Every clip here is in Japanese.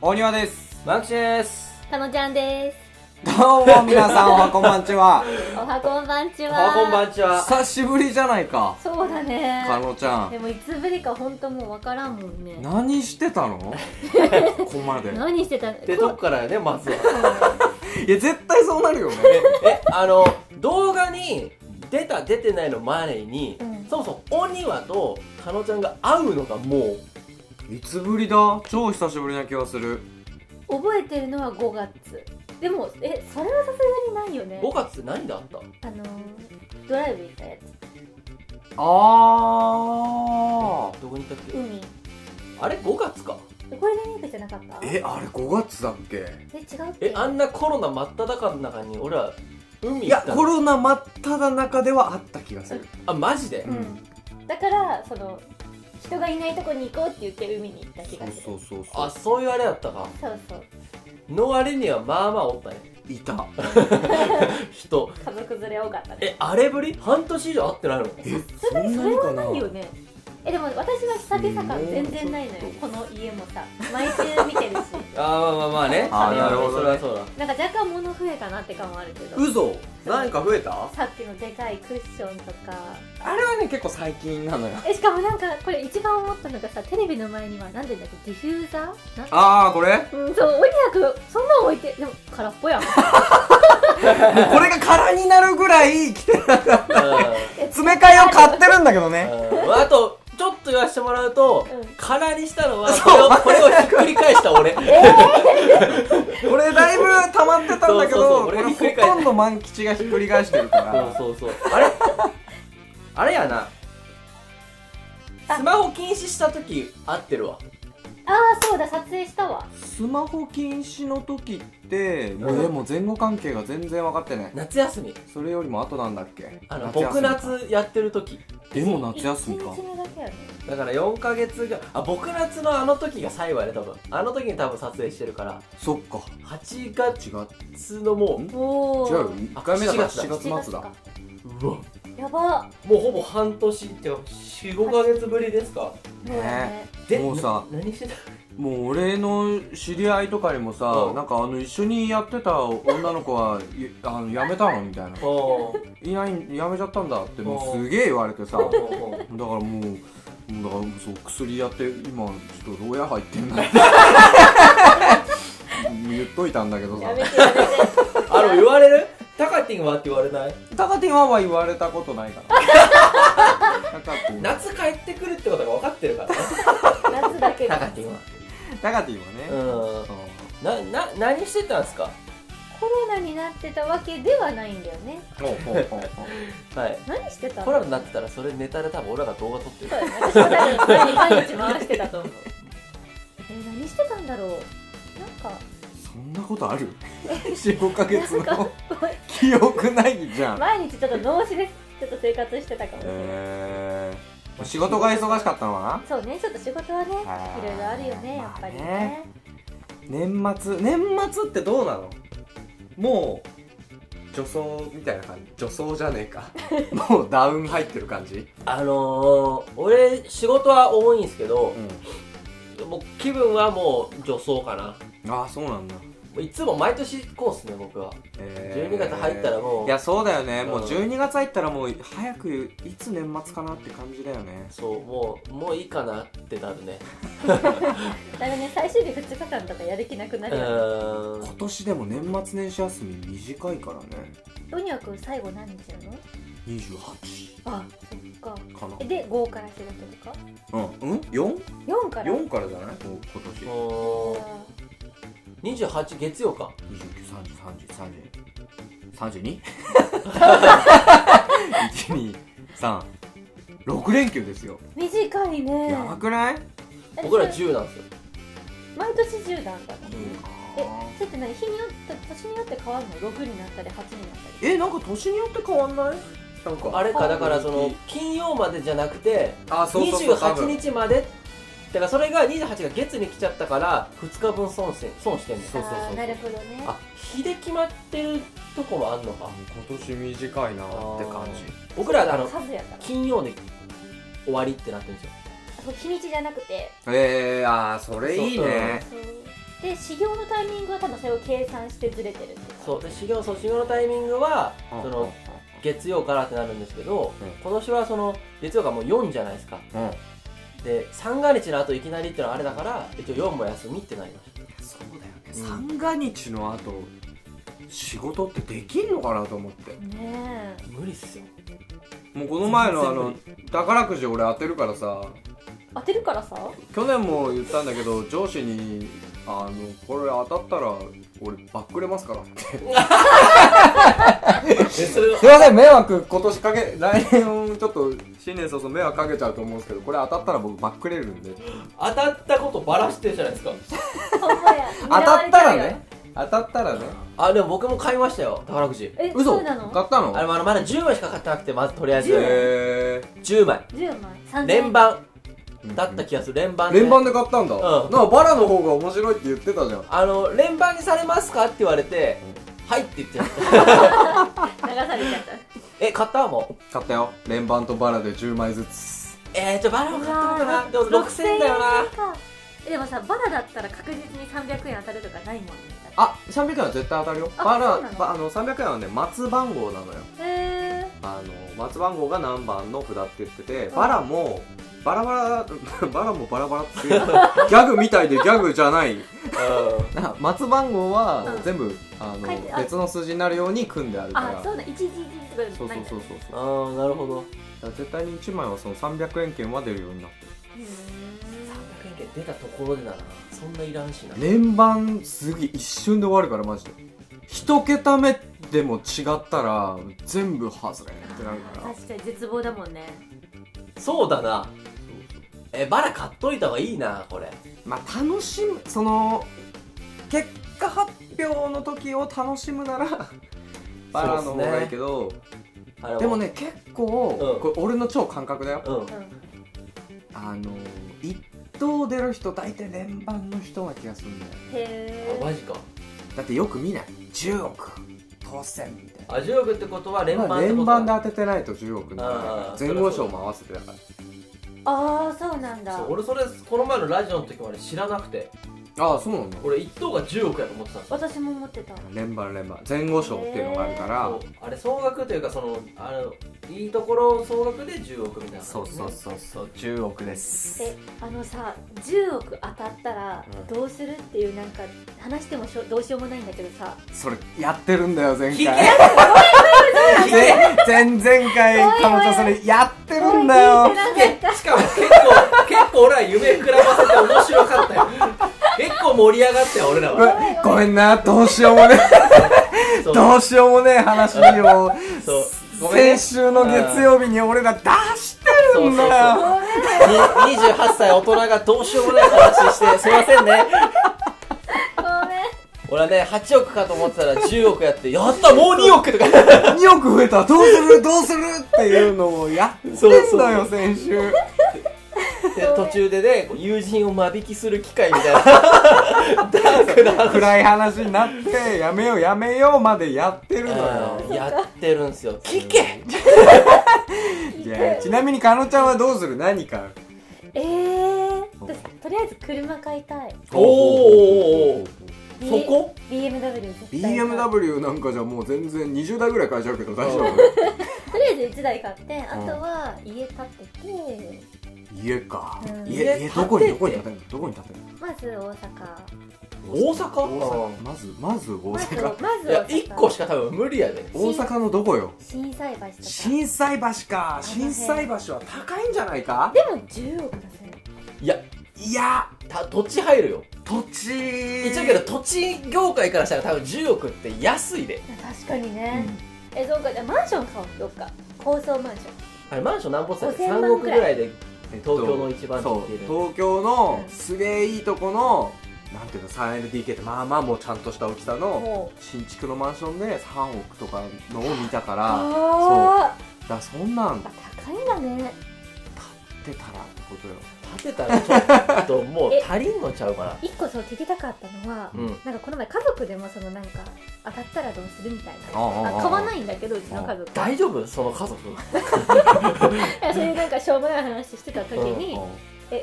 大庭です。マクシですかのちゃんです。どうも皆さん、おはこんばんち は。おはこんばんちおは。はこんばんちは久しぶりじゃないか。そうだね。かのちゃでん。もいつぶりか本当もうわからんもんね。何してたのここまで。何してたのでどっからやねまずはいや、絶対そうなるよね。えあの動画に出た出てないの前に、うんそもそもお庭とかのちゃんが会うのがもういつぶりだ超久しぶりな気がする。覚えてるのは5月。でも、え、それはさすがにないよね。 5月何であったあのー、ドライブ行ったやあどこにいたっけつ。海。あれ5月かゴールデンウィークじゃなかったー。え、あれ5月だっけえ、違うっけえあんなコロナ真っ只中の中に俺は海い行やっ、たのコロナ真っ只中ではあった気がする。あマジで、ううん。だから、その、人がいないとこに行こうって言って海に行った気がする。そうそうそあそういうあれだったかそうそう。の割にはまあまあおったねう。いた。人家族連れ多かったね。えあれぶり半年以上会ってないのえ、そそんなにれかはなないよねえでも私は久々感全然ないのようんこの家もさ毎週見てるし あーまあまあまあねあーなるほどねそれはそうだなんか若干物増えたなって感はあるけど嘘何か増えたさっきのでかいクッションとかあれはね、結構最近なのよ。えしかもなんかこれ一番思ったのがさテレビの前にはなんて言うんだっけディフューザーなあー、これうんそうおにやくそんなん置いてでも空っぽ やんもうこれが空になるぐらい来てうん詰め替えを買ってるんだけどねうんあと、ちょっと言わせてもらうと、うん空にしたのは、これを、これをひっくり返し た俺。これだいぶ溜まってたんだけどそうそうそうこ俺れひっくりほ返すとんど満吉がひっくり返してるからそうそうそう。あれあれやな。スマホ禁止した時、合ってるわ。ああそうだ撮影したわスマホ禁止の時ってもうんうでも前後関係が全然分かってない夏休み。それよりも後なんだっけあの、夏休僕みか夏やってる時。でも夏休みか1日目だけやねだから4ヶ月が、あ、僕夏のあの時が最後やね、多分。あの時に多分撮影してるから、そっか8違う月のもおお違うよ1回目だからあ7 7月末だう、うわ、やばもうほぼ半年っていうか、4、5ヶ月ぶりですかもうねねもうさな何してたもう俺の知り合いとかにもさうんなんかあの一緒にやってた女の子はいあの辞めたのみたいなおーいないやめちゃったんだってもうすげえ言われてさだからおーもうだからそう薬やって今ちょっと牢屋入ってんだって言っといたんだけどさやめて やめてあの言われるタカティンはって言われないタカティンはは言われたことないからタカティンは夏帰ってくるってことが分かってるからね夏だけタカがティンはタカティンはね、うそうなな何してたんですかコロナになってたわけではないんだよねほうほうほうほうはい何してたのコロナになってたらそれネタで多分俺らが動画撮ってるそうだね私は多分毎日回してたと思うえー何してたんだろうなんかそんなことある45ヶ月 なんかの記憶ないじゃん毎日ちょっと脳死でちょっと生活してたかもしれない、えー、仕事が忙しかったのかなそうねちょっと仕事はねはいいろいろあるよねやっぱりね,、年末年末ってどうなのもう女装みたいな感じ女装じゃねえ かもうダウン入ってる感じ あのー、俺仕事は多いんですけど、もう気分はもう女装かなもああそうなんだういつも毎年こうっすね僕はえ12月入ったらもう、いやそうだよね、もううん12月入ったらもう早くいつ年末かなって感じだよねそうもうもういいかなってなるねだからね最終日2日間とかやる気なくなうるよねーん今年でも年末年始休み短いからねドニア君最後何日なの28あそっかかなえで5から仕事とかうん、うん、4? 4から4からじゃないこう今年もう28月曜か2930303032 123連休ですよ、短いねやばくない、え僕ら10なんですよ毎年10なんだねえあそれって何日によって年によって変わるの6になったり8になったりーえなんか年によって変わんないなんかあれかだからその金曜までじゃなくてあそうそうそう多28分日までだからそれが28が月に来ちゃったから2日分損して損してんのそうそうそうあーなるほどねあ日で決まってるとこもあんのか今年短いなって感じ僕らあの数やから金曜で終わりってなってるんですよそう日にちじゃなくてえー、あーそれいいねそうで修行のタイミングは多分それを計算してずれてるっていうそうで修行そう修行のタイミングはその月曜からってなるんですけど、うん今年はその月曜がもう4じゃないですかうんで三が日の後いきなりってのはあれだから一応4も休みってなりましたそうだよね三が日の後仕事ってできんのかなと思ってねえ無理っすよもうこの前のあの全宝くじ俺当てるからさ当てるからさ去年も言ったんだけど上司に「あのこれ当たったら俺バックれますから」ってそれすいません迷惑今年かけ来年ちょっと新年早々迷惑かけちゃうと思うんですけどこれ当たったら僕バックれるんで当たったことばらしてるじゃないですかほんまや 当たったらね当たったらねあでも僕も買いましたよ宝くじえ嘘そうなの買ったのあれまだまだ10枚しか買ってなくてまずとりあえずへ10枚10枚3000円連番えだった気がする連番で連番で買ったんだ、うんなんかバラの方が面白いって言ってたじゃんあの連番にされますかって言われてはいって 言って流され ちゃったえ買ったもう買ったよ連番とバラで10枚ずつえー、ちょバラも買ったのかなでも6000 6000円だよなかえでもさバラだったら確実に300円当たるとかないもんねあ300円は絶対当たるよあバラそうなのばあの300円はね松番号なのよへえあの松番号が何番の札って言っててんバラもバラ バラバラもバラバラっていうギャグみたいでギャグじゃないうんな松番号はうん全部あ書いてあの別の数字になるように組んであるかあらそうだ1時とかじそゃうそないんうだそうそうああなるほどだから絶対に1枚はその300円券は出るようになってるうーん300円券出たところでだなそんないらんしな、連番すげえ一瞬で終わるからマジで一桁目でも違ったら全部外れってなるから確かに絶望だもんねそうだなえバラ買っといた方がいいなこれまあ楽しむその結果発表の時を楽しむな らバラの方がいいけど、あれでもね結構、うんこれ俺の超感覚だようんうあの一等出る人大体連番の人な気がするんだよんへえあマジかだってよく見ない10億当選みたいなあ10億ってことは連番まっあてこと連だ番で当ててないと10億にならないからあー前後賞も合わせてだからああそうなんだそう俺それこの前のラジオの時まで知らなくてああそうなんだ俺一等が10億やと思ってたんですよ私も持ってた連番連番前後賞っていうのがあるからそうあれ総額というかそのあのいいところ総額で10億みたいな、そうそう10億ですえあのさ10億当たったらうんどうするっていうなんか話してもしょどうしようもないんだけどさそれやってるんだよ前聞け回前前々回彼女それやってるんだおい聞いよてなかったしかも結構結構俺は夢膨らませて面白かったよ結構盛り上がったよ俺らごはめんごめんなどうしよう もねそうどうしようもねえ話をそうごめんね先週の月曜日に俺ら出してるんだそうよに28歳大人がどうしようもない話してすいませんねごめん俺はね8億かと思ってたら10億やってやったもう2億とか2億増えたどうするどうするっていうのをやってんそうそうだよ先週で途中でね友人を間引きする機会みたいな ダークな話暗い話になってやめようやめようまでやってるのようんやってるんすよ聞けいやちなみにかのちゃんはどうする何かえー、私とりあえず車買いたいおーおーおー B- そこ BMW 絶対買う BMW なんかじゃもう全然20代ぐらい買えちゃうけど大丈夫とりあえず1台買ってあとは家建てて家かうん家家家どこに建どてこに建ててるのどこに建てるのまず大阪大阪大阪まずまず大まず阪まずいや大1阪個しか多分無理やで大阪のどこよ心斎橋とか震災橋か辺震災橋は高いんじゃないかでも10億出せるいやいやた土地入るよ土地一応けど土地業界からしたら多分10億って安いで確かにね、えそうかじゃあマンション買おうどっか高層マンシあれマンション何本っ5000万3億ぐらいでえっと東京の一番地そうっていう東京のうんすげえいいとこのなんていうの 3LDK ってまあまあもうちゃんとした大きさョンのもう新築のマンションで3億とかのを見たからあだからそんなんーあ高いんだね出たらってことよ建てたらちょ っともうえ足りんのちゃうかな一個そう聞きたかったのは、うんなんかこの前家族でもそのなんか当たったらどうするみたいなあああああ買わないんだけどうちの家族大丈夫その家族 いやそういうなんかしょうもない話してた時にうん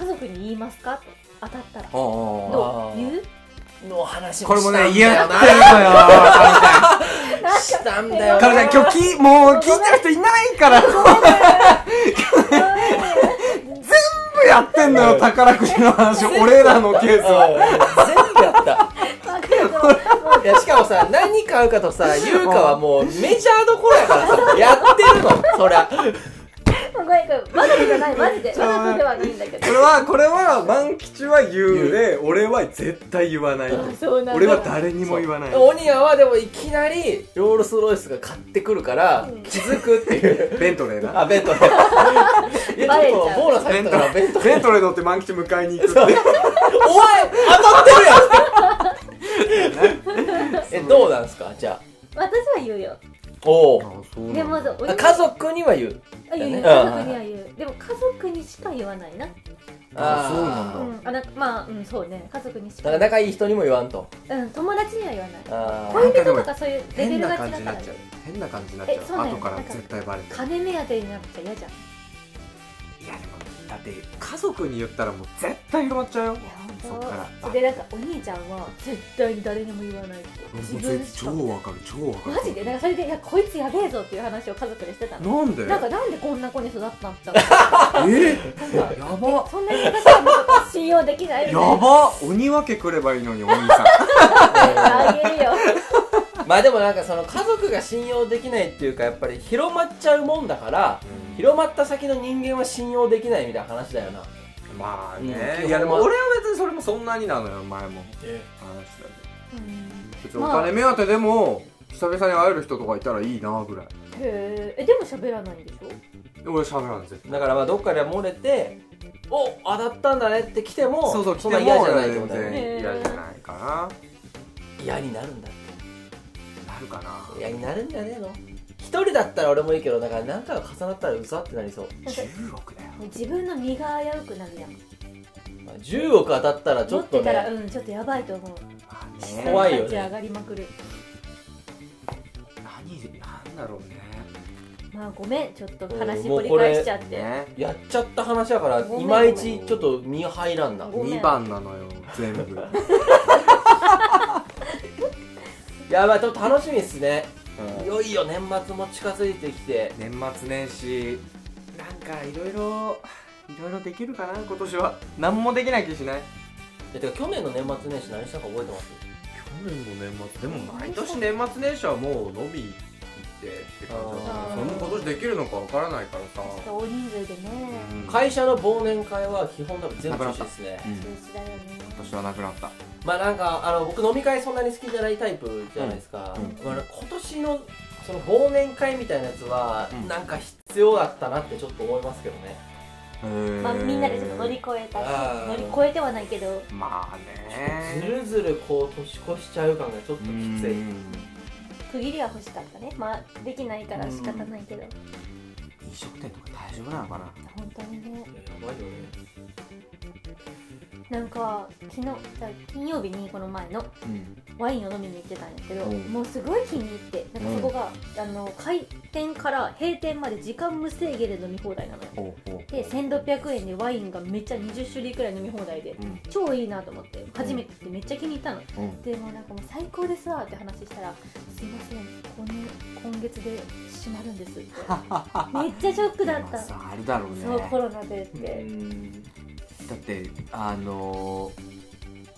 家族に言いますかと当たったらおうおうおうどう言う の話こもれしもたんだねよ言ってるなのよカしたんだよルちゃんカルちゃん今日きもう聞いてる人いないから全部やってんのよ宝くじの話俺らのケースは全部やったわかるといやしかも さ何買うかとさ優香はもうメジャーどころやからさ やってるのそりゃもうこれわざとじゃないマジでわざとではいいんだ けどこれはこれは万吉は言うで俺は絶対言わないあそうなんだ俺は誰にも言わないオニアはでもいきなりロールスロイスが買ってくるからうん気づくっていうベントレーな あベント レーいやちょっとボーナス入ったからベントレベーントレー乗って万吉迎えに行くって おい当たってるやんえどうなんですかじゃあ私は言うよおおあそうなんだでもそうお家族には言うあ言う言うだね家族には言うでも家族にしか言わないなあそうなんだうんあなんかまあうんそうね家族にしだかから仲いい人にも言わんとうん友達には言わないあはいー恋人とかそういうレベ変なルが違感じうにかならっちゃうね変な感じになっちゃえうそうなんだ後からなんか絶対バレてる金目当てになっちゃ嫌じゃんいいやでもだって家族に言ったらもう絶対広まっちゃうよやそ本っから当それでなんかお兄ちゃんは絶対に誰にも言わないってもう自分しか超わかる超わかるマジでなんかそれでいやこいつやべえぞっていう話を家族でしてたのなんでなんかなんでこんな子に育ったんだろうえなんかやばそんなに私はもう信用できないみたいやなば鬼分けくればいいのにお兄さんあげ るよまあでもなんかその家族が信用できないっていうかやっぱり広まっちゃうもんだから広まった先の人間は信用できないみたいな話だよなまあうねんいやでも俺は別にそれもそんなになのよ前も話したけど別におまあ金目当てでも久々に会える人とかいたらいいなぐらいへえでも喋らないんでしょ俺喋らん絶対だからまあどっかで漏れてお当たったんだねって来てもそうそう来てんもな嫌じゃないってこ全とだよね然嫌じゃないか嫌になるんだってななるかな嫌になるんじゃねえの一人だったら俺もいいけどだから何回か重なったらうざってなりそう、なんか10億だよ自分の身が危うくなるやんまあ、10億当たったらち持ょっっとてたらねうんちょっとやばいと思うまあ資ね産怖いよ価ね値上がりまくる何なんだろうねまあごめんちょっとも話掘うりこれ返しちゃって、ねやっちゃった話だからごめんいまいちちょっと身入らんなごめん2番なのよ全 部やばいちょっと楽しみっすねうんいよいよ年末も近づいてきて年末年始なんかいろいろいろいろできるかな今年は何もできない気しないえてか去年の年末年始何したか覚えてます去年の年末でも毎年年末年始はもう飲み行ってって感じだあからーそんな今年できるのかわからないからちょっさと大人数でね、会社の忘年会は基本多分全部中止ですねうん中止だよね私はなくなったまあなんかあの僕飲み会そんなに好きじゃないタイプじゃないですか、まあ、今年のその忘年会みたいなやつは、うんなんか必要だったなってちょっと思いますけどねまあ、みんなでちょっと乗り越えたあー乗り越えてはないけどまあずねるずるこう年越しちゃう感がちょっときつい区切りは欲しかったねまあできないから仕方ないけど飲食店とか大丈夫なのかな本当にねいややばいよねなんか昨日だ金曜日にこの前のうんワインを飲みに行ってたんやけど、うんもうすごい気に入ってなんかそこが、あの開店から閉店まで時間無制限で飲み放題なのよほうほうで1600円でワインがめっちゃ20種類くらい飲み放題でうん超いいなと思って初めて来てめっちゃ気に入ったのうんでもうなんかもう最高ですわって話したら「すいませんこの今月で閉まる んです」ってめっちゃショックだっでもたさあれだろうねそうコロナでっうてんだってあのー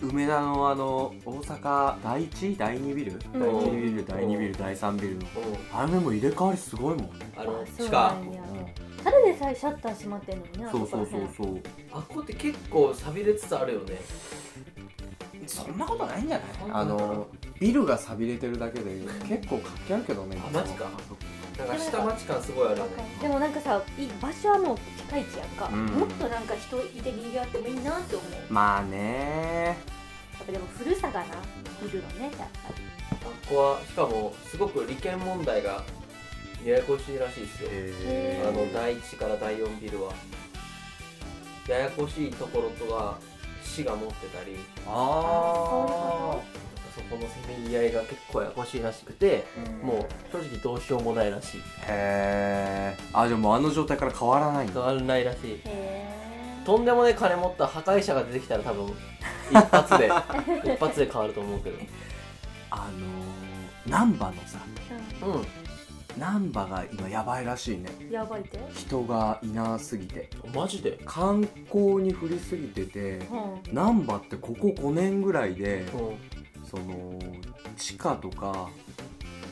梅田のあの大阪第1第2ビルう第1んビル第2ビル第3ビルのあれも入れ替わりすごいもんねあのあそ地う下なんやうただでさえシャッター閉まってんのにねんあそうこそうらそ辺うそうあっこって結構寂れつつあるよねそんなことないんじゃないあのビルがさびれてるだけで結構活気あるけどねあマジかなんか下町感すごいあるよわかねるでもなんかさい場所はもうピカイチやんか、うんもっとなんか人いてにぎわってもいいなって思うやまあねっぱでも古さがなビルのねやっぱりあっこはしかもすごく利権問題がややこしいらしいですよへーあの第1から第4ビルはややこしいところとは市が持ってたりああそこのせめぎ合いが結構ややこしいらしくてーもう正直どうしようもないらしいへえあでもあの状態から変わらないん変だわらないらしいへとんでもねえ金持った破壊者が出てきたら多分一発で一発で変わると思うけどあのー、難波のさうん難波が今やばいらしいねうんやばいって人がいなすぎてマジで観光に振りすぎててうん難波ってここ5年ぐらいでうんその地下とか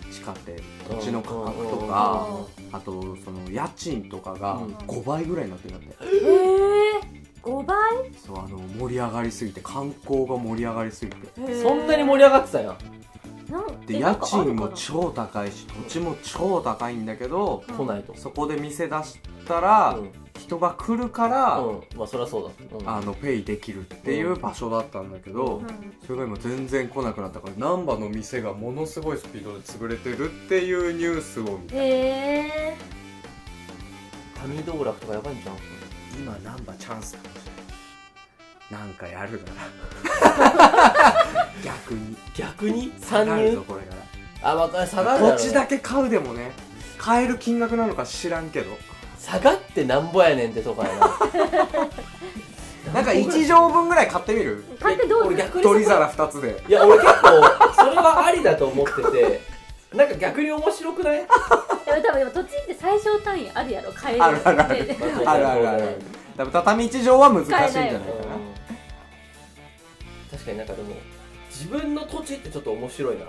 地下ってうん土地の価格とうかんあとその家賃とかがうん5倍ぐらいになってるんだってええー、5倍そうあの盛り上がりすぎて観光が盛り上がりすぎてそんなに盛り上がってたやんなんでえ家なんかあ賃るかなも超高いし土地も超高いんだけどうん来ないとそこで店出したらうん人が来るからうんまあそりゃそうだ、うん、あのペイできるっていう場所だったんだけどうんそれが今全然来なくなったから難波の店がものすごいスピードで潰れてるっていうニュースを見たえ神道楽とかやばいんじゃん今ナンバーチャンスかもしれないなんかやるなら逆に逆に下参がるぞ入これかあまた下がるだろうらね土地だけ買うでもね買える金額なのか知らんけど下がってなんぼやねんってとかや ななんか1畳分ぐらい買ってみるー、買ってどうす俺る逆にそこ取り皿2つでいや俺結構それはありだと思っててなんか逆に面白 くないいや多分でも土地って最小単位あるやろ買えるあるあるあるであるあるある多分畳1畳は難しいんじゃないかな買確かになんかでも自分の土地ってちょっと面白いな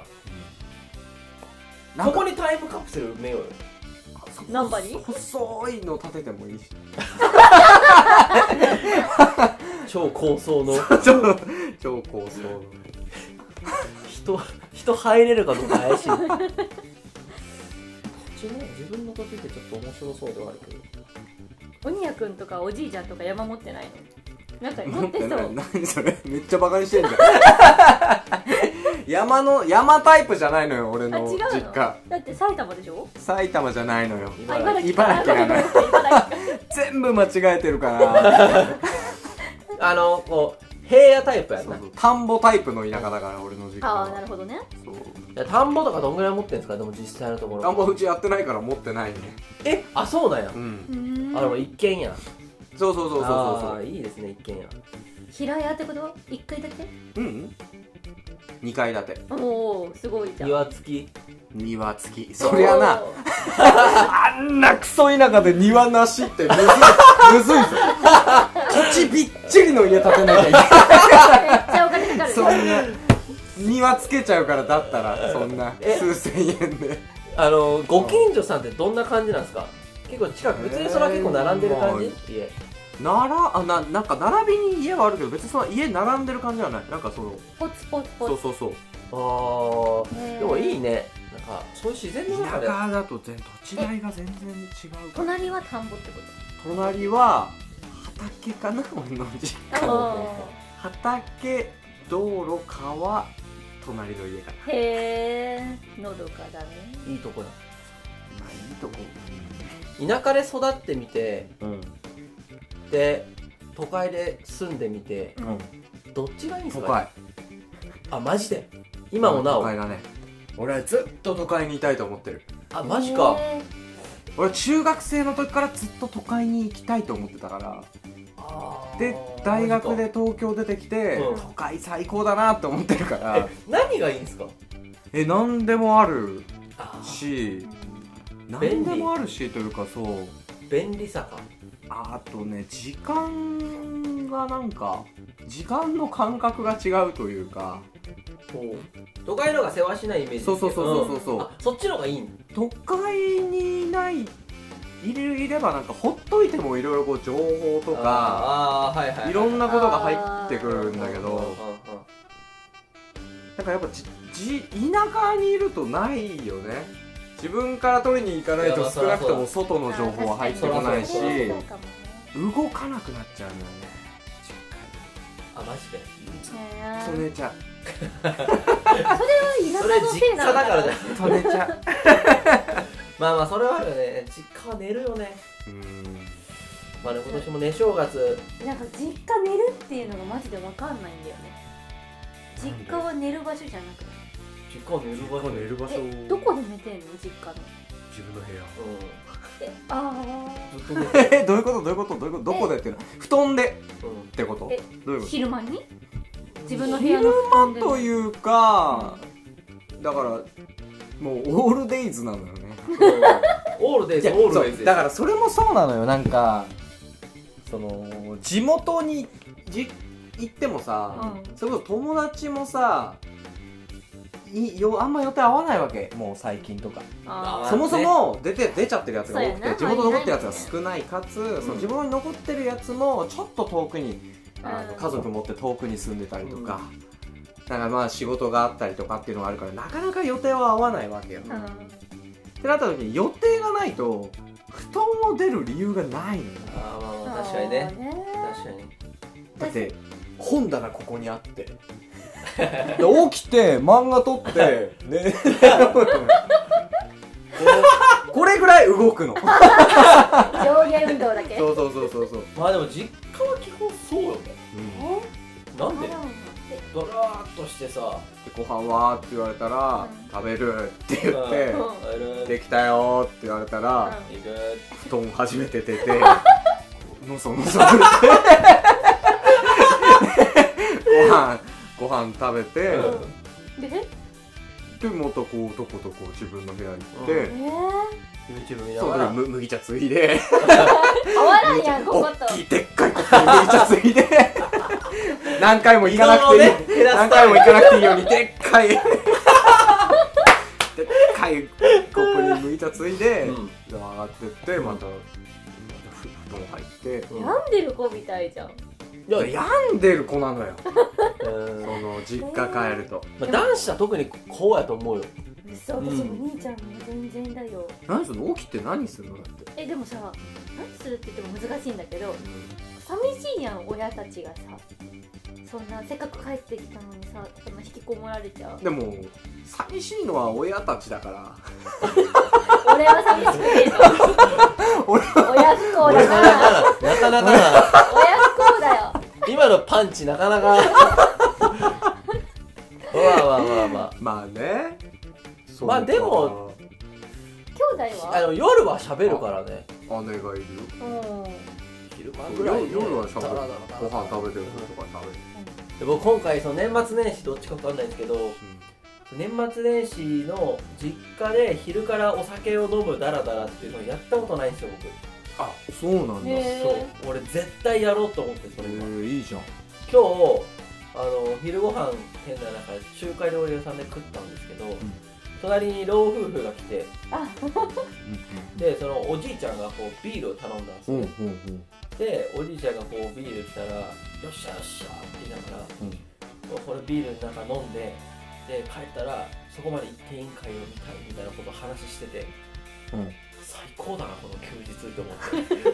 なそんかこにタイムカプセル埋めようよナンバに細いの立ててもいいし超高層の 超超高層の人人入れるかどうか 怪しい土地ね自分の土地ってちょっと面白そうではあるけど鬼やくんとかおじいちゃんとか山持ってないのなんか持持っっててそないう何それめっちゃバカにしてんじゃん山の山タイプじゃないのよ俺あ違のう実の家だって埼玉でしょ埼玉じゃないのよあ茨茨城城か茨城なのよ茨城茨城全部間違えてるから あのこう平野タイプやんそうなそう田んぼタイプの田舎だから俺の実家ああはなるほどねそういや田んぼとかどんぐらい持ってんですかでも実際のとこ田んろぼうちやってないから持ってないねえあそうなんや、うんうーんあでも一軒やそうそうそうそうあそーいいですね一軒や平屋ってこと一回だけうそううん2階建ておおすごいじゃん庭付き庭付きそりゃなおーあんなクソ田舎で庭なしって むずいむずいぞ土地びっちりの家建てなきゃいけないめっちゃお金かかるそんな庭つけちゃうからだったらそんなえ数千円であのご近所さんってどんな感じなんですか結構近くうちにそれは結構並んでる感じ、え家ならあななんか並びに家はあるけど別にその家並んでる感じはないなんかそのポツポツポそうツそうそうあーへーでもいいねなんかそういう自然の中田で舎だと全土地代が全然違うから隣は田んぼってこ隣は畑かな俺の実家とあ畑道路川隣の家かなーへえのどかだねいいとこだまあいいとこ田舎で育ってみてうんで都会で住んでみてうんどっちがいいんです都か会あマジで今もなお都会だね俺はずっと都会にいたいと思ってるあマジかへ俺中学生の時からずっと都会に行きたいと思ってたからあーで大学で東京出てきて、うん都会最高だなと思ってるかえら何がいいんですかえ何でもあるあーし便利何でもあるしというかそう便利さかあとね時間がなんか時間の感覚が違うというか都会の方が世話しないイメージですけそどうそうそうそうそう、あそっちの方がいいん都会にいないいれいればなんかほっといてもいろいろこう情報とかあーあーはいはいいろんなことが入ってくるんだけうんうんうんどなんかやっぱじじ田舎にいるとないよね自分から取りに行かないいやまとあ少なくとそりゃも外の情報は入ってこないし確かにそうかもね動かなくなっちゃうんだよねあマジでずへっとー寝ちゃ田それ舎の実せ家いなのだからかじゃなんうずっと寝ちゃう まあまあそれはあるよね実家は寝るよねうーんまあね今年もね正月なんか実家寝るっていうのがマジでわかんないんだよね実家は寝る場所じゃなくて実家は寝る場所る場えどこで寝てんの実家の実自分の部屋えあずっと寝てるえどういうことどういうことどういうことどこでっていうの布団でってことえどういうあこ昼間にうん自分の部屋の布団とでというかだからもうオールデイズなのよ ねオールデイいズやオールデイズそうだからそれもそうなのよなんかその地元にじ行ってもさ、うんそれこそ友達もさいよあんま予定合わないわけもう最近とか、あまあそーもそも出て出ちゃってるやつが多くそうやてな地元残ってるやつが少ないかつ、その地元に残ってるやつもちょっと遠くにあのうん家族持って遠くに住んでたりとか、なんかまあ仕事があったりとかっていうのがあるからなかなか予定は合わないわけよ、うんってなった時に予定がないと布団を出る理由がないのよあーまあまあ確かにねそうね確かにだって本棚ここにあって で起きて漫画撮って ね これぐらい動 くの上下運動だけそうそうそうそうそう、まあでも実家は基本そうよねえなんであらドラーっとしてさでご飯はって言われたらう食べるって言ってうんあれできたよって言われたらうんいく布団初めて出て のそのそって ご飯ご飯食べて、うんででまたこうとことこ自分の部屋に行って、うえー YouTube 見なそがうらだからむ麦茶ついで 合わないやんここ大ときいでっかいコップに麦茶ついで 何回も行かなくていい、いいのをね減らす何た回めもに行かなくていい ようにでっかいでっかいコップに麦茶ついで、うん上がってってまたまたふ布団入って、うん病んでる子みたいじゃんいやいや病んでる子なのようんその実家帰ると、まあ男子は特にこうやと思うよそう私も兄ちゃんも全然だよ 何その起きて何するのだって、えでもさ何するって言っても難しいんだけど寂しいやん親たちがさそんなせっかく帰ってきたのにさそんな引きこもられちゃうでも寂しいのは親たちだから 俺は寂しくないでしょ俺親不幸なかなかなかだな なか親不幸だよ今のパンチなかなかわ あわあわあわまあねそうまあでも兄弟ああはの夜は喋るからね姉がいるようん昼間夜ぐらいね夜はしゃべダるラダラダラご飯食べてるとか食べる、で僕今回その年末年始どっちかわかんないんですけど年末年始の実家で昼からお酒を飲むダラダラっていうのをやったことないんですよあそうなんだ、へへえ僕そう俺絶対やろうと思ってそれ今えいいじゃん今日あの昼ご飯変な中で中華料理屋さんで食ったんですけど、隣に老夫婦が来てあでそのおじいちゃんがこうビールを頼んだんですうよ、んうんうんでおじいちゃんがこうビール来たら「よっしゃよっしゃ」って言いながらうんこれビールの中飲んでで帰ったらそこまで行って委員会を見たいみたいなことを話しててうん最高だなこの休日と思っ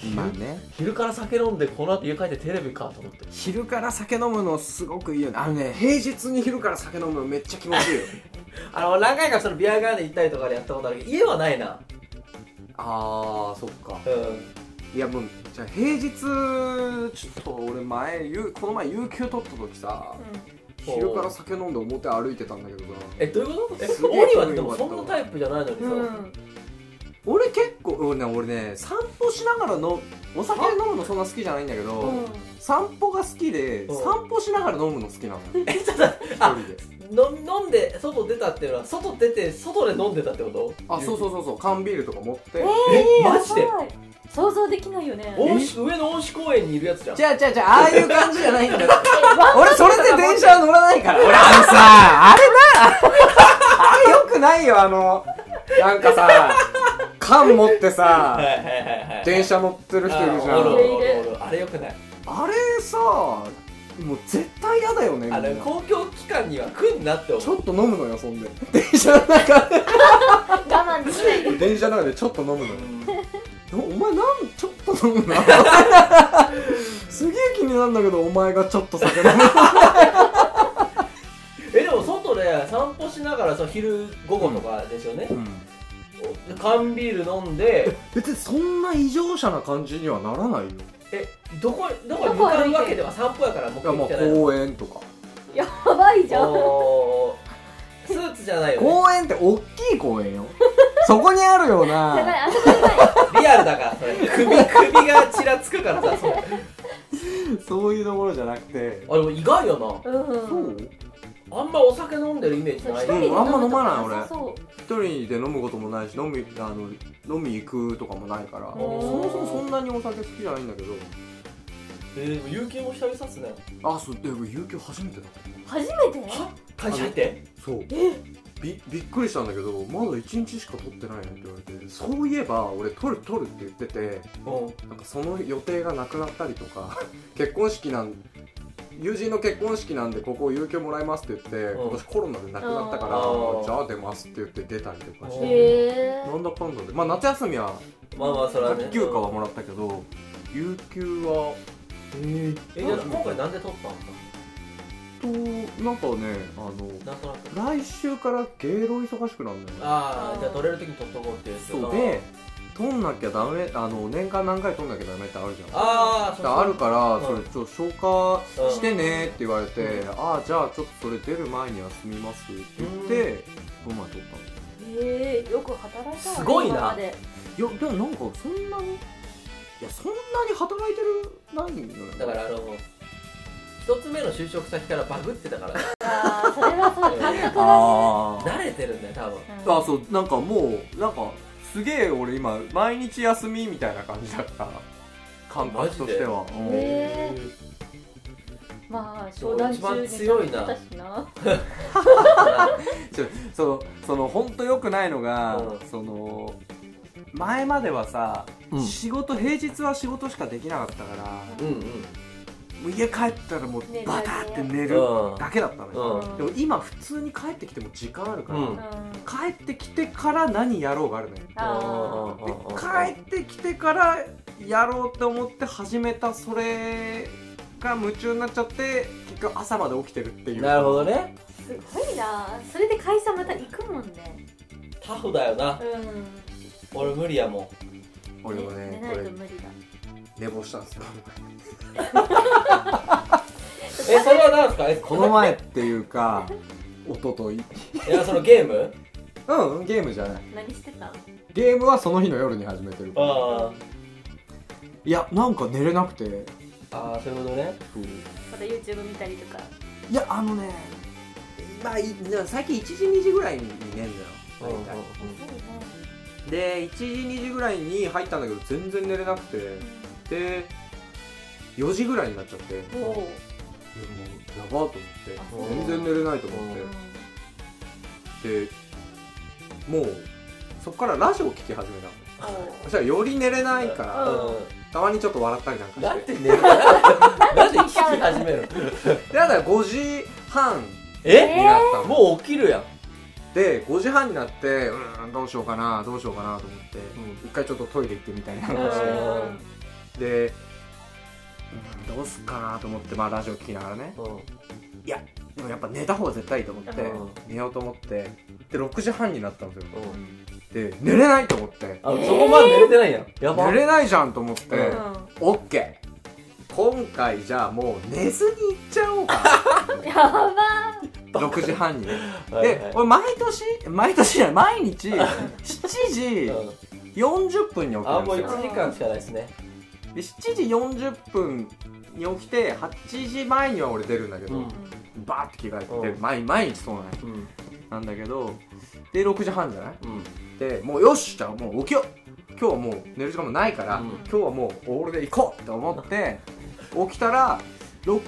てまあね 昼から酒飲んでこの後家帰ってテレビかと思って昼から酒飲むのすごくいいよねあのね平日に昼から酒飲むのめっちゃ気持ちいいよあの何回かそのビアガーデン行ったりとかでやったことあるけど家はないな あーそっかういやもうじゃあ平日ちょっと俺前有この前有給取った時さ、昼から酒飲んで表歩いてたんだけどさえどういうことえすげえ鬼はでもそんなタイプじゃないのにさ、うん、あうん、俺結構俺ね俺ね散歩しながらのお酒飲むのそんな好きじゃないんだけど、散歩が好きでうん散歩しながら飲むの好き なのよ一あ人で飲み飲んで外出たっていうのは外出て外で飲んでたってことあそうそううそうそう缶ビールとか持ってええー、マジでやばい想像できないよねえ恩師上の恩師公園にいるやつじゃんじゃあじゃあじゃあああいう感じじゃないんだよわ俺それで電車は乗らないから俺あのさあれな あれよくないよあのなんかさ缶持ってはいさはいはいはい電車乗ってる人いるじゃあおんるおるおるあれよくないあれさもう絶対嫌だよねみんなあの公共機関には来んなってち思ょうっと飲むのよそんで電車の中で我慢できないで電車の中でちょっと飲むのよお前なんちょっと飲 むなすげえ気になるんだけどお前がちょっと酒飲むえでも外で散歩しながらその昼午後とかですよね、お缶ビール飲んで別にそんな異常者な感じにはならないよえどこどこに向かうわけでは散歩やから目いやまあ的じゃないの公園とかやばいじゃんおースーツじゃないよ ね公園って大きい公園よそこにあるよなじゃないあそこじゃないリアルだからそれ首首がちらつくからさそうそういうところじゃなくてあでも意外ようんなあんまお酒飲んでるイメージな一い人でうあんま飲まないとか俺さそう一人で飲むこともないし飲みあの飲み行くとかもないからそんもそもそんなにお酒好きじゃないんだけどえー、でも有給も久々っすねあそうでも有給初めてだ初めては会社入ってそうえびびっくりしたんだけどまだ1日しか取ってないねって言われてそういえば俺取る取るって言っててうんなんかその予定がなくなったりとか 結婚式なん友人の結婚式なんでここ有給もらいますって言って、うん今年コロナでなくなったかあーらじゃあ出ますって言って出たりとかしうんてへなんだかんだでまあ夏休みはまあまあそれはね夏休暇はもらったけど有給はええじゃあ今回なんで取ったんだとなんかねあのなんとなく来週から芸能忙しくなるんだよねああじゃあ取れる時に取っとこうっていうそうで取んなきゃダメあの年間何回取んなきゃダメってあるじゃんだああからあるからうそれんちょっと消化うんしてねって言われて、ああじゃあちょっとそれ出る前に休みますって言ってこの前取ったんですえよく働いたわねすごいな今までいやでもなんかそんなにいやそんなに働いてるないんだよねだからあの一つ目の就職先からバグってた からあーそれはそう感覚があー慣れてるんだよ多分うんあそうなんかもうなんかすげえ俺今毎日休みみたいな感じだった感覚としては、うんへまあ商談中一番強いな私なちょそのその本当良くないのが、うんその前まではさ、うん仕事平日は仕事しかできなかったから、うんうんもう家帰ったらもう寝るバターって寝るうんだけだったのよ、うんでも今普通に帰ってきても時間あるから、うん帰ってきてから何やろうがあるのよあうんうんで帰ってきてからやろうって思って始めたそれが夢中になっちゃって結局朝まで起きてるっていうなるほどねーすごいなそれで会社また行くもんねタフだよなう俺無理や もんん俺もね寝なこいれと無理だ寝坊したんですよえそれは何ですかえこの前っていう か一昨日いやそのゲームうんゲームじゃない何してたのゲームはその日の夜に始めてるあいやなんか寝れなくてあああそういうことねまた YouTube 見たりとかいやあのねまあいでも最近1時2時ぐらいに寝るんだようんうん大体で1時2時ぐらいに入ったんだけど全然寝れなくてで4時ぐらいになっちゃってでもおおやばーと思って全然寝れないと思ってでもうそっからラジオ聞き始めたのそしたらより寝れないからうんたまにちょっと笑ったりなんかなしんてで寝る なんで聞き始めるでだから5時半えになったの、もう起きるやんで5時半になってうーんどうしようかなどうしようかなと思って一回ちょっとトイレ行ってみたいな話でうーんどうすっかなと思ってまあラジオ聞きながらねでもやっぱ寝た方が絶対いいと思ってうん寝ようと思ってで6時半になったんですよで寝れないと思ってあそこまで寝れてないやんやば寝れないじゃんと思ってうんオッケー今回じゃあもう寝ずに行っちゃおう かやば6時半にねはいはいで俺毎年毎年じゃない毎日7時うん40分に起きあるんもうです1よ時間しかないですねで7時40分に起きて8時前には俺出るんだけど、うんバーって着替えて、うん毎毎日そうなんやうんなんだけどで6時半じゃないうんでもうよしじゃあもう起きよう今日はもう寝る時間もないから、うん今日はもうオールで行こうと思って起きたら6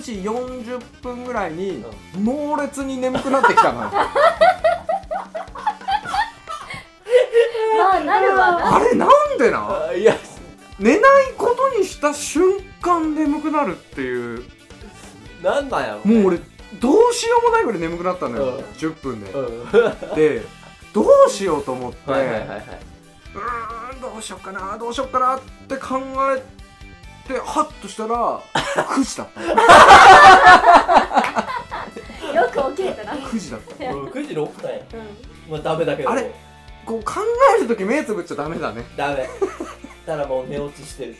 時40分ぐらいに猛烈に眠くなってき たのよまあなるわなあれなんでないや寝ないことにした瞬間眠くなるっていうなんなんやろもう俺どうしようもないぐらい眠くなったのよ、うん10分で、うんでどうしようと思って、はいはいはいはいうーんどうしようかなどうしようかなって考えてハッとしたら9時だったよく起きれたな9時だったうん9時に起きたんやうまあダメだけどあれこう考えるとき目つぶっちゃダメだねダメだからもう寝落ちしてる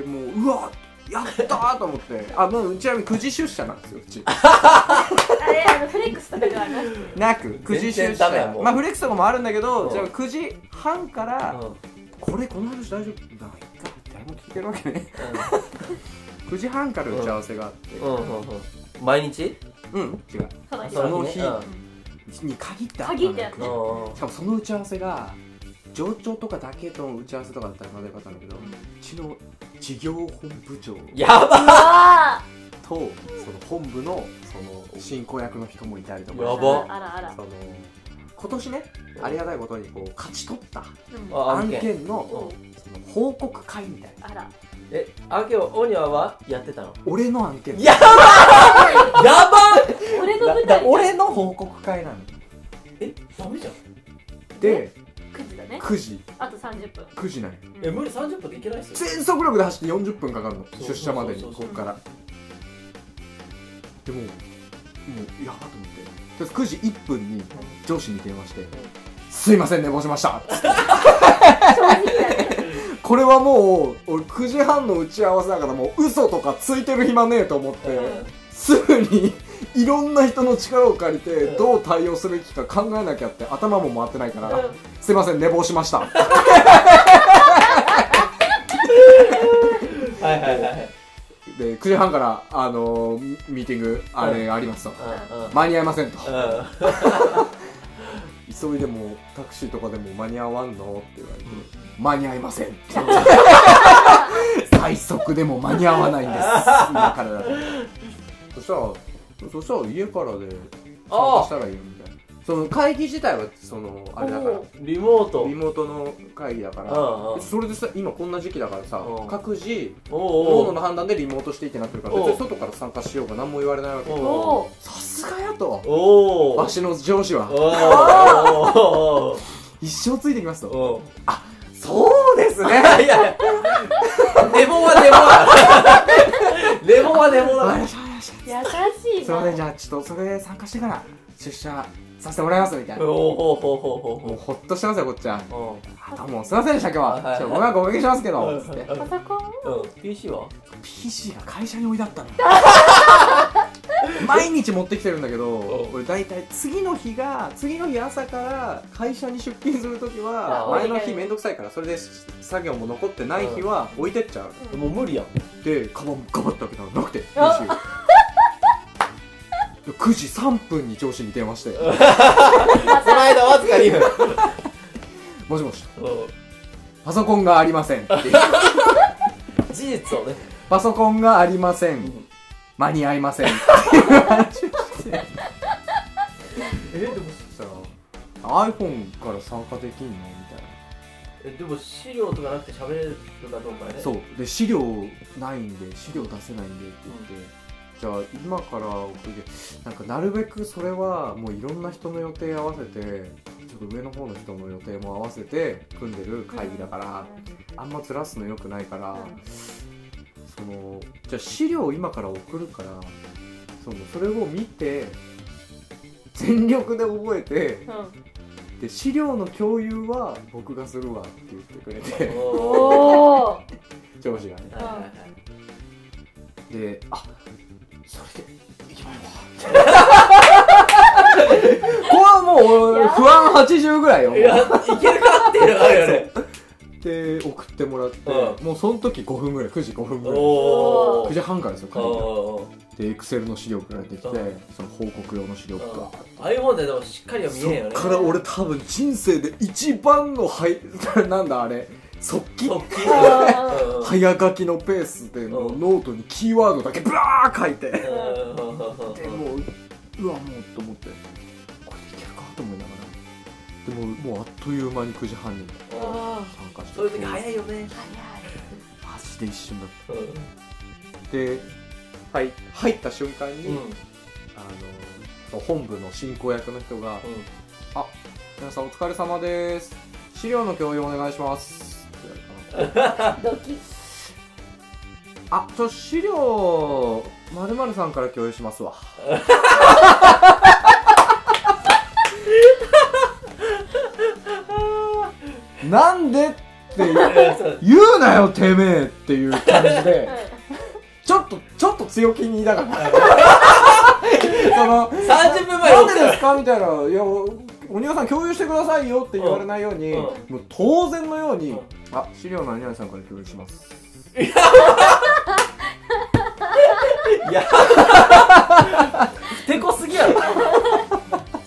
でもううわやったーと思ってあもうちなみに9時出社なんですようちあれあのフレックスとかではなくてなく9時出全然ダメや社もうまあフレックスとかもあるんだけうどんじゃあ9時半からうんこれこの話大丈夫だいいか誰も聞いてるわけね9時半から打ち合わせがあってうんうんうんうん毎日うん違うかわいそそうの日うんに限ってあった限っのてよあっ9た時うんうんしかもその打ち合わせが上長とかだけとの打ち合わせとかだったらまだよかったんだけどうちの事業本部長やばうわとその本部のその進行役の人もいたりとかーやばあらあらあらその今年ねありがたいことにこう勝ち取ったうんあ案案件件のその報告会みたいなあらえあけおオニワはやってたの俺の案件やばやば俺の舞だ台俺の報告会なのえダメじゃんで9時だね9時あと30分9時なのえ無理30分できないっすよ全速力で走って40分かかるのそう出社までにそうこそうこそうからでもうもうやばと思ってとりあえず9時1分に上司に電話して「すいません寝坊しました」正直だねこれはもう俺9時半の打ち合わせだからもう嘘とかついてる暇ねえと思って、すぐにいろんな人の力を借りてうんどう対応すべきか考えなきゃって頭も回ってないから、すいません寝坊しましたはいはいはいはいで9時半からあのミミーティングあれありますと、うんうん間に合いませんと、うん急いでもタクシーとかでも間に合わんのって言われて、間に合いませんって 最速でも間に合わないんです今からだとそしたらそしたら家からで参加したらいいよみたいなその会議自体はそのあれだからリモートリモートの会議だかうら、んうんそれでさ今こんな時期だからさ、うん各自おう各お々うの判断でリモートしていいってなってるからおう別に外から参加しようが何も言われないわけおうおおさすがやとおおわしの上司はおお一生ついてきますとおそうです ねいやいやデモはデモはデモはデモわかだりましたわかりました優しいすいませんじなゃあちょっとそれで参加してから出社させてもらいますみたいおなおおもうおほっとしてますよこっちはおおあどうもすいませんでした今日はいははいちょっとご迷惑おかけしますけうどんつってパソコンうん PC は PC が会社に置いてあったの毎日持ってきてるんだけどうん俺大体次の日が次の日朝から会社に出勤する時はあ前の日めんどくさいからそれで作業も残ってない日は置いてっちゃううんもう無理やんでカバンガバッて開けたらなくてあ PC がで9時3分に上司に電話してこの間わずか2分「もしもしうんパソコンがありません」っていう事実をねパソコンがありません間に合いませんっていう話をしてえでもそしたら iPhone から参加できんのみたいえでも資料とかなくて喋れるかどうかやねなそうで資料ないんで資料出せないんでって言って、じゃあ今から送るなんかなるべくそれはもういろんな人の予定合わせてちょっと上の方の人の予定も合わせて組んでる会議だから、あんまずらすの良くないから、うんそのじゃあ資料を今から送るからそのそれを見て全力で覚えてうんで資料の共有は僕がするわって言ってくれおて おお上司がねーはいはいはいであそれで行きましょう これはもう俺不安80ぐらいよいや、いけるかっていうのがあるよね。で送ってもらって、うもうその時5分ぐらい9時5分ぐらいお9時半からですよ会議がお。でエクセルの資料送られてきてうんその報告用の資料がーッああいうもんででもしっかりは見そえんよっね。から俺多分人生で一番のはい、 なんだあれ速記大きい。早書きのペースでもううんノートにキーワードだけブラー書いてでうんもううわもうと思ってこれでいけるかと思いながらでももうあっという間に9時半に参加してそういう時早いよね。マジで一瞬だっうん。たで、はい、入った瞬間に、うん。あのその本部の進行役の人が「皆さんお疲れ様です資料の共有お願いします」って言われたのドキあ、ちょ、資料、まるまるさんから共有しますわ。なんでって言ういやそう言うなよ、てめえっていう感じうんで、と強気にだからその30分前なにん起できたですかみたいな「いやお庭さん共有してくださいよ」って言われないように、うんもう当然のように「うんあ資料の何々さんから共有しますいやてこすぎやろ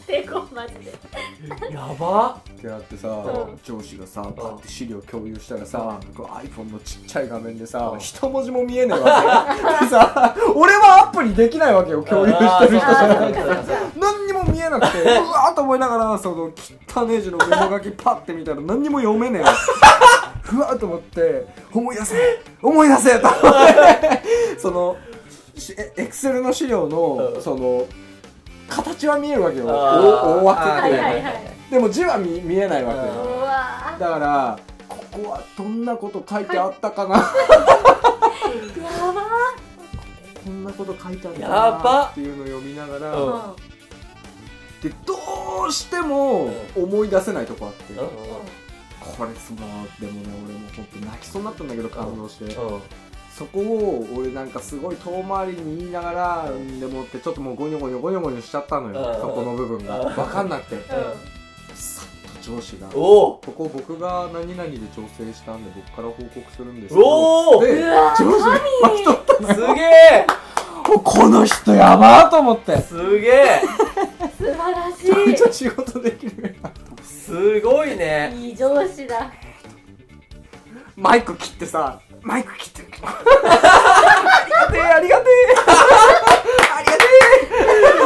抵抗マジでやば」ってなってさ、うん上司がさんバッて資料共有したらさ、こう iPhone のちっちゃい画面でさ、うん一文字も見えねえわけ でさ俺はアプリできないわけよ共有してる人じゃないから。あー そう何にも見えな くてうわーと思いながらその汚ねえ字のメモ書きパッて見たら何にも読めねえのふわーと思って思い出せ思い出 せと思ってそのエクセルの資料うのんその形は見えるわけよあー大あ枠っはいーはていはいでも字は見見えないわけうよわだからここはどんなこと書いてあったかな、ーやば こんなこと書いてあったやばなっていうのを読みながら、うんーでどうしても思い出せないとこあって、うんこれそのでもね俺も本当泣きそうになったんだけど感動して、うんうんそこを俺なんかすごい遠回りに言いながら、でもってちょっともうゴニョゴニョゴニョゴニョしちゃったのよ、うんそこの部分が、うん分かんなくて、うんうんさっと上司が「こおおこ僕が何々で調整したんで僕から報告するんですおおでうわ上司が巻き取ったすげえおこの人やばーと思ってすげえ素晴らしめっ ちゃい仕事できるすごいねいい上司だマイク切ってさマイク切ってありがてえありがてえありがてえ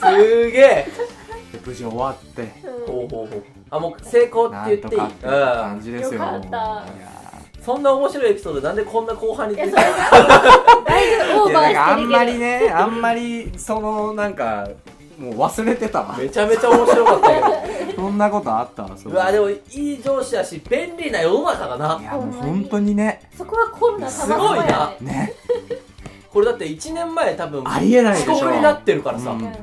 すげえで無事終わってうほうほうほうあもう成功なっんて言っとていいかって感じですよよかったいやうんそんな面白いエピソードなんでこんな後半にんい出やてそきれたがだいぶオいーやなんかあバーしんまてるけどりねあんまりそのなんかもう忘れてた わめちゃめちゃ面白かったよそんなことあったわそうれわでもいい上司やし便利な世の中だいなやもう本当にねそこはコロナ様すごいなやねこれだって1年前多分ありえないで遅しょ刻になってるからさ、うんね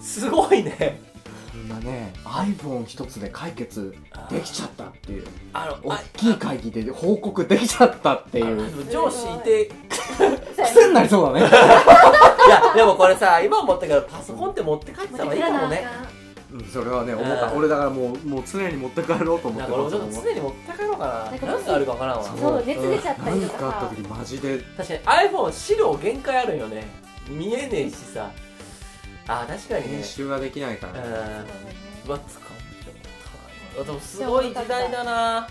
すごいねこんなね iPhone 一つで解決できちゃったっていうあの大あきい会議で報告できちゃったっていあうの上司いてい癖になりそうだねやでもこれさ今思ったけどパソコンって持って帰ってた方がいいかもねうんそれはね思っあたー俺だからもうもう常に持って帰ろうと思だってから俺ちょっますと常に持って帰ろうかなんなか何があるかわからんわそうそう熱出ちゃったり何とかあかった時マジで確かに iPhone 資料限界あるよね見えねえしさあ確かにね編集ができないかうんらうわ使うでもすごい時代だな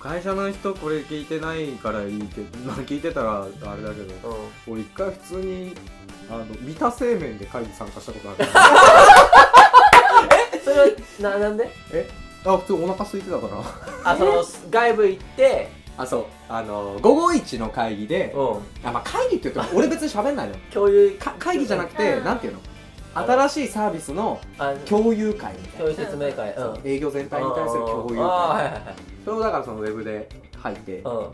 会社の人これ聞いてないからいいけど、まあ、聞いてたらあれだけどうん俺一回普通にあの三田製麺で会議参加したことあ るえそれはななんであ普通お腹空いてたからあその外部行ってあそうあの午後一の会議でうんあ、まあ、会議って言っても俺別に喋んないの共有か会議じゃなくうてんなんていうの新しいサービスのあ共有会みたい共有説明会うな、ん営業全体に対する共有ああはい会はいはいそれをだからそのウェブで入ってうん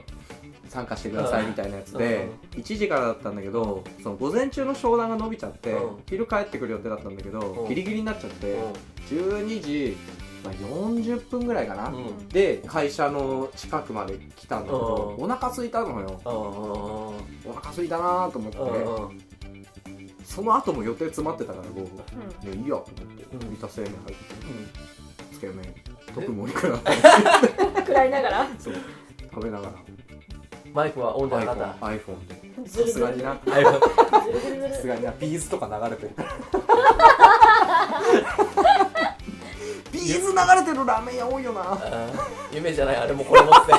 参加してくださいみたいなやつで1時からだったんだけどその午前中の商談が伸びちゃってうん昼帰ってくる予定だったんだけうどんギリギリになっちゃって12時、まあ、40分ぐらいかなうんうんで会社の近くまで来たんだけどうお腹空いたのようんうんお腹空いたなーと思ってうんその後も予定詰まってたから午後うんでいいやと思ってうん三田製麺入ってつけ麺特盛りから食らいながらそう食べながらマイクはオンじゃなかった iPhone iPhone でさすがになあよかっブルブルブルさすがになビーズとか流れてるからビーズ流れてるラーメン屋多いよなたうん夢じゃないあれもこれもって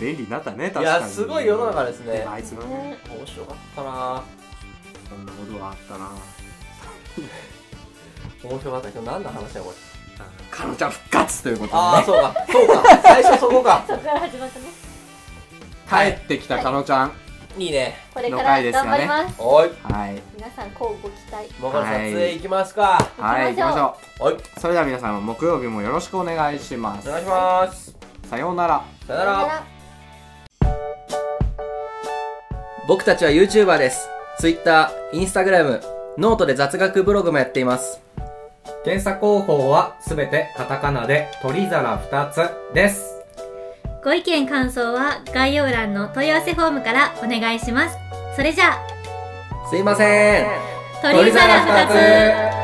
便利になったねい確かにやすごい世の中ですねあいつがねね面白かったなそんなことはあったな面白かったけど何の話だこれ彼女復活ということああそうかそうか 最初そこかそこから始まったでねね帰ってきた彼女ちゃんいいねこれかの回でらすよ頑ね張りますおいはい皆さんこうご期待もうこれ撮影行きますかはい行き行きままししょょおいうそれでは皆さんも木曜日もよろしくお願いしますお願いしますさようならさよなら僕たちは YouTuber です。Twitter、Instagram、ノートで雑学ブログもやっています。検査方法はすべてカタカナで鳥皿2つです。ご意見感想は概要欄の問い合わせフォームからお願いします。それじゃあ、すいません鳥皿2つ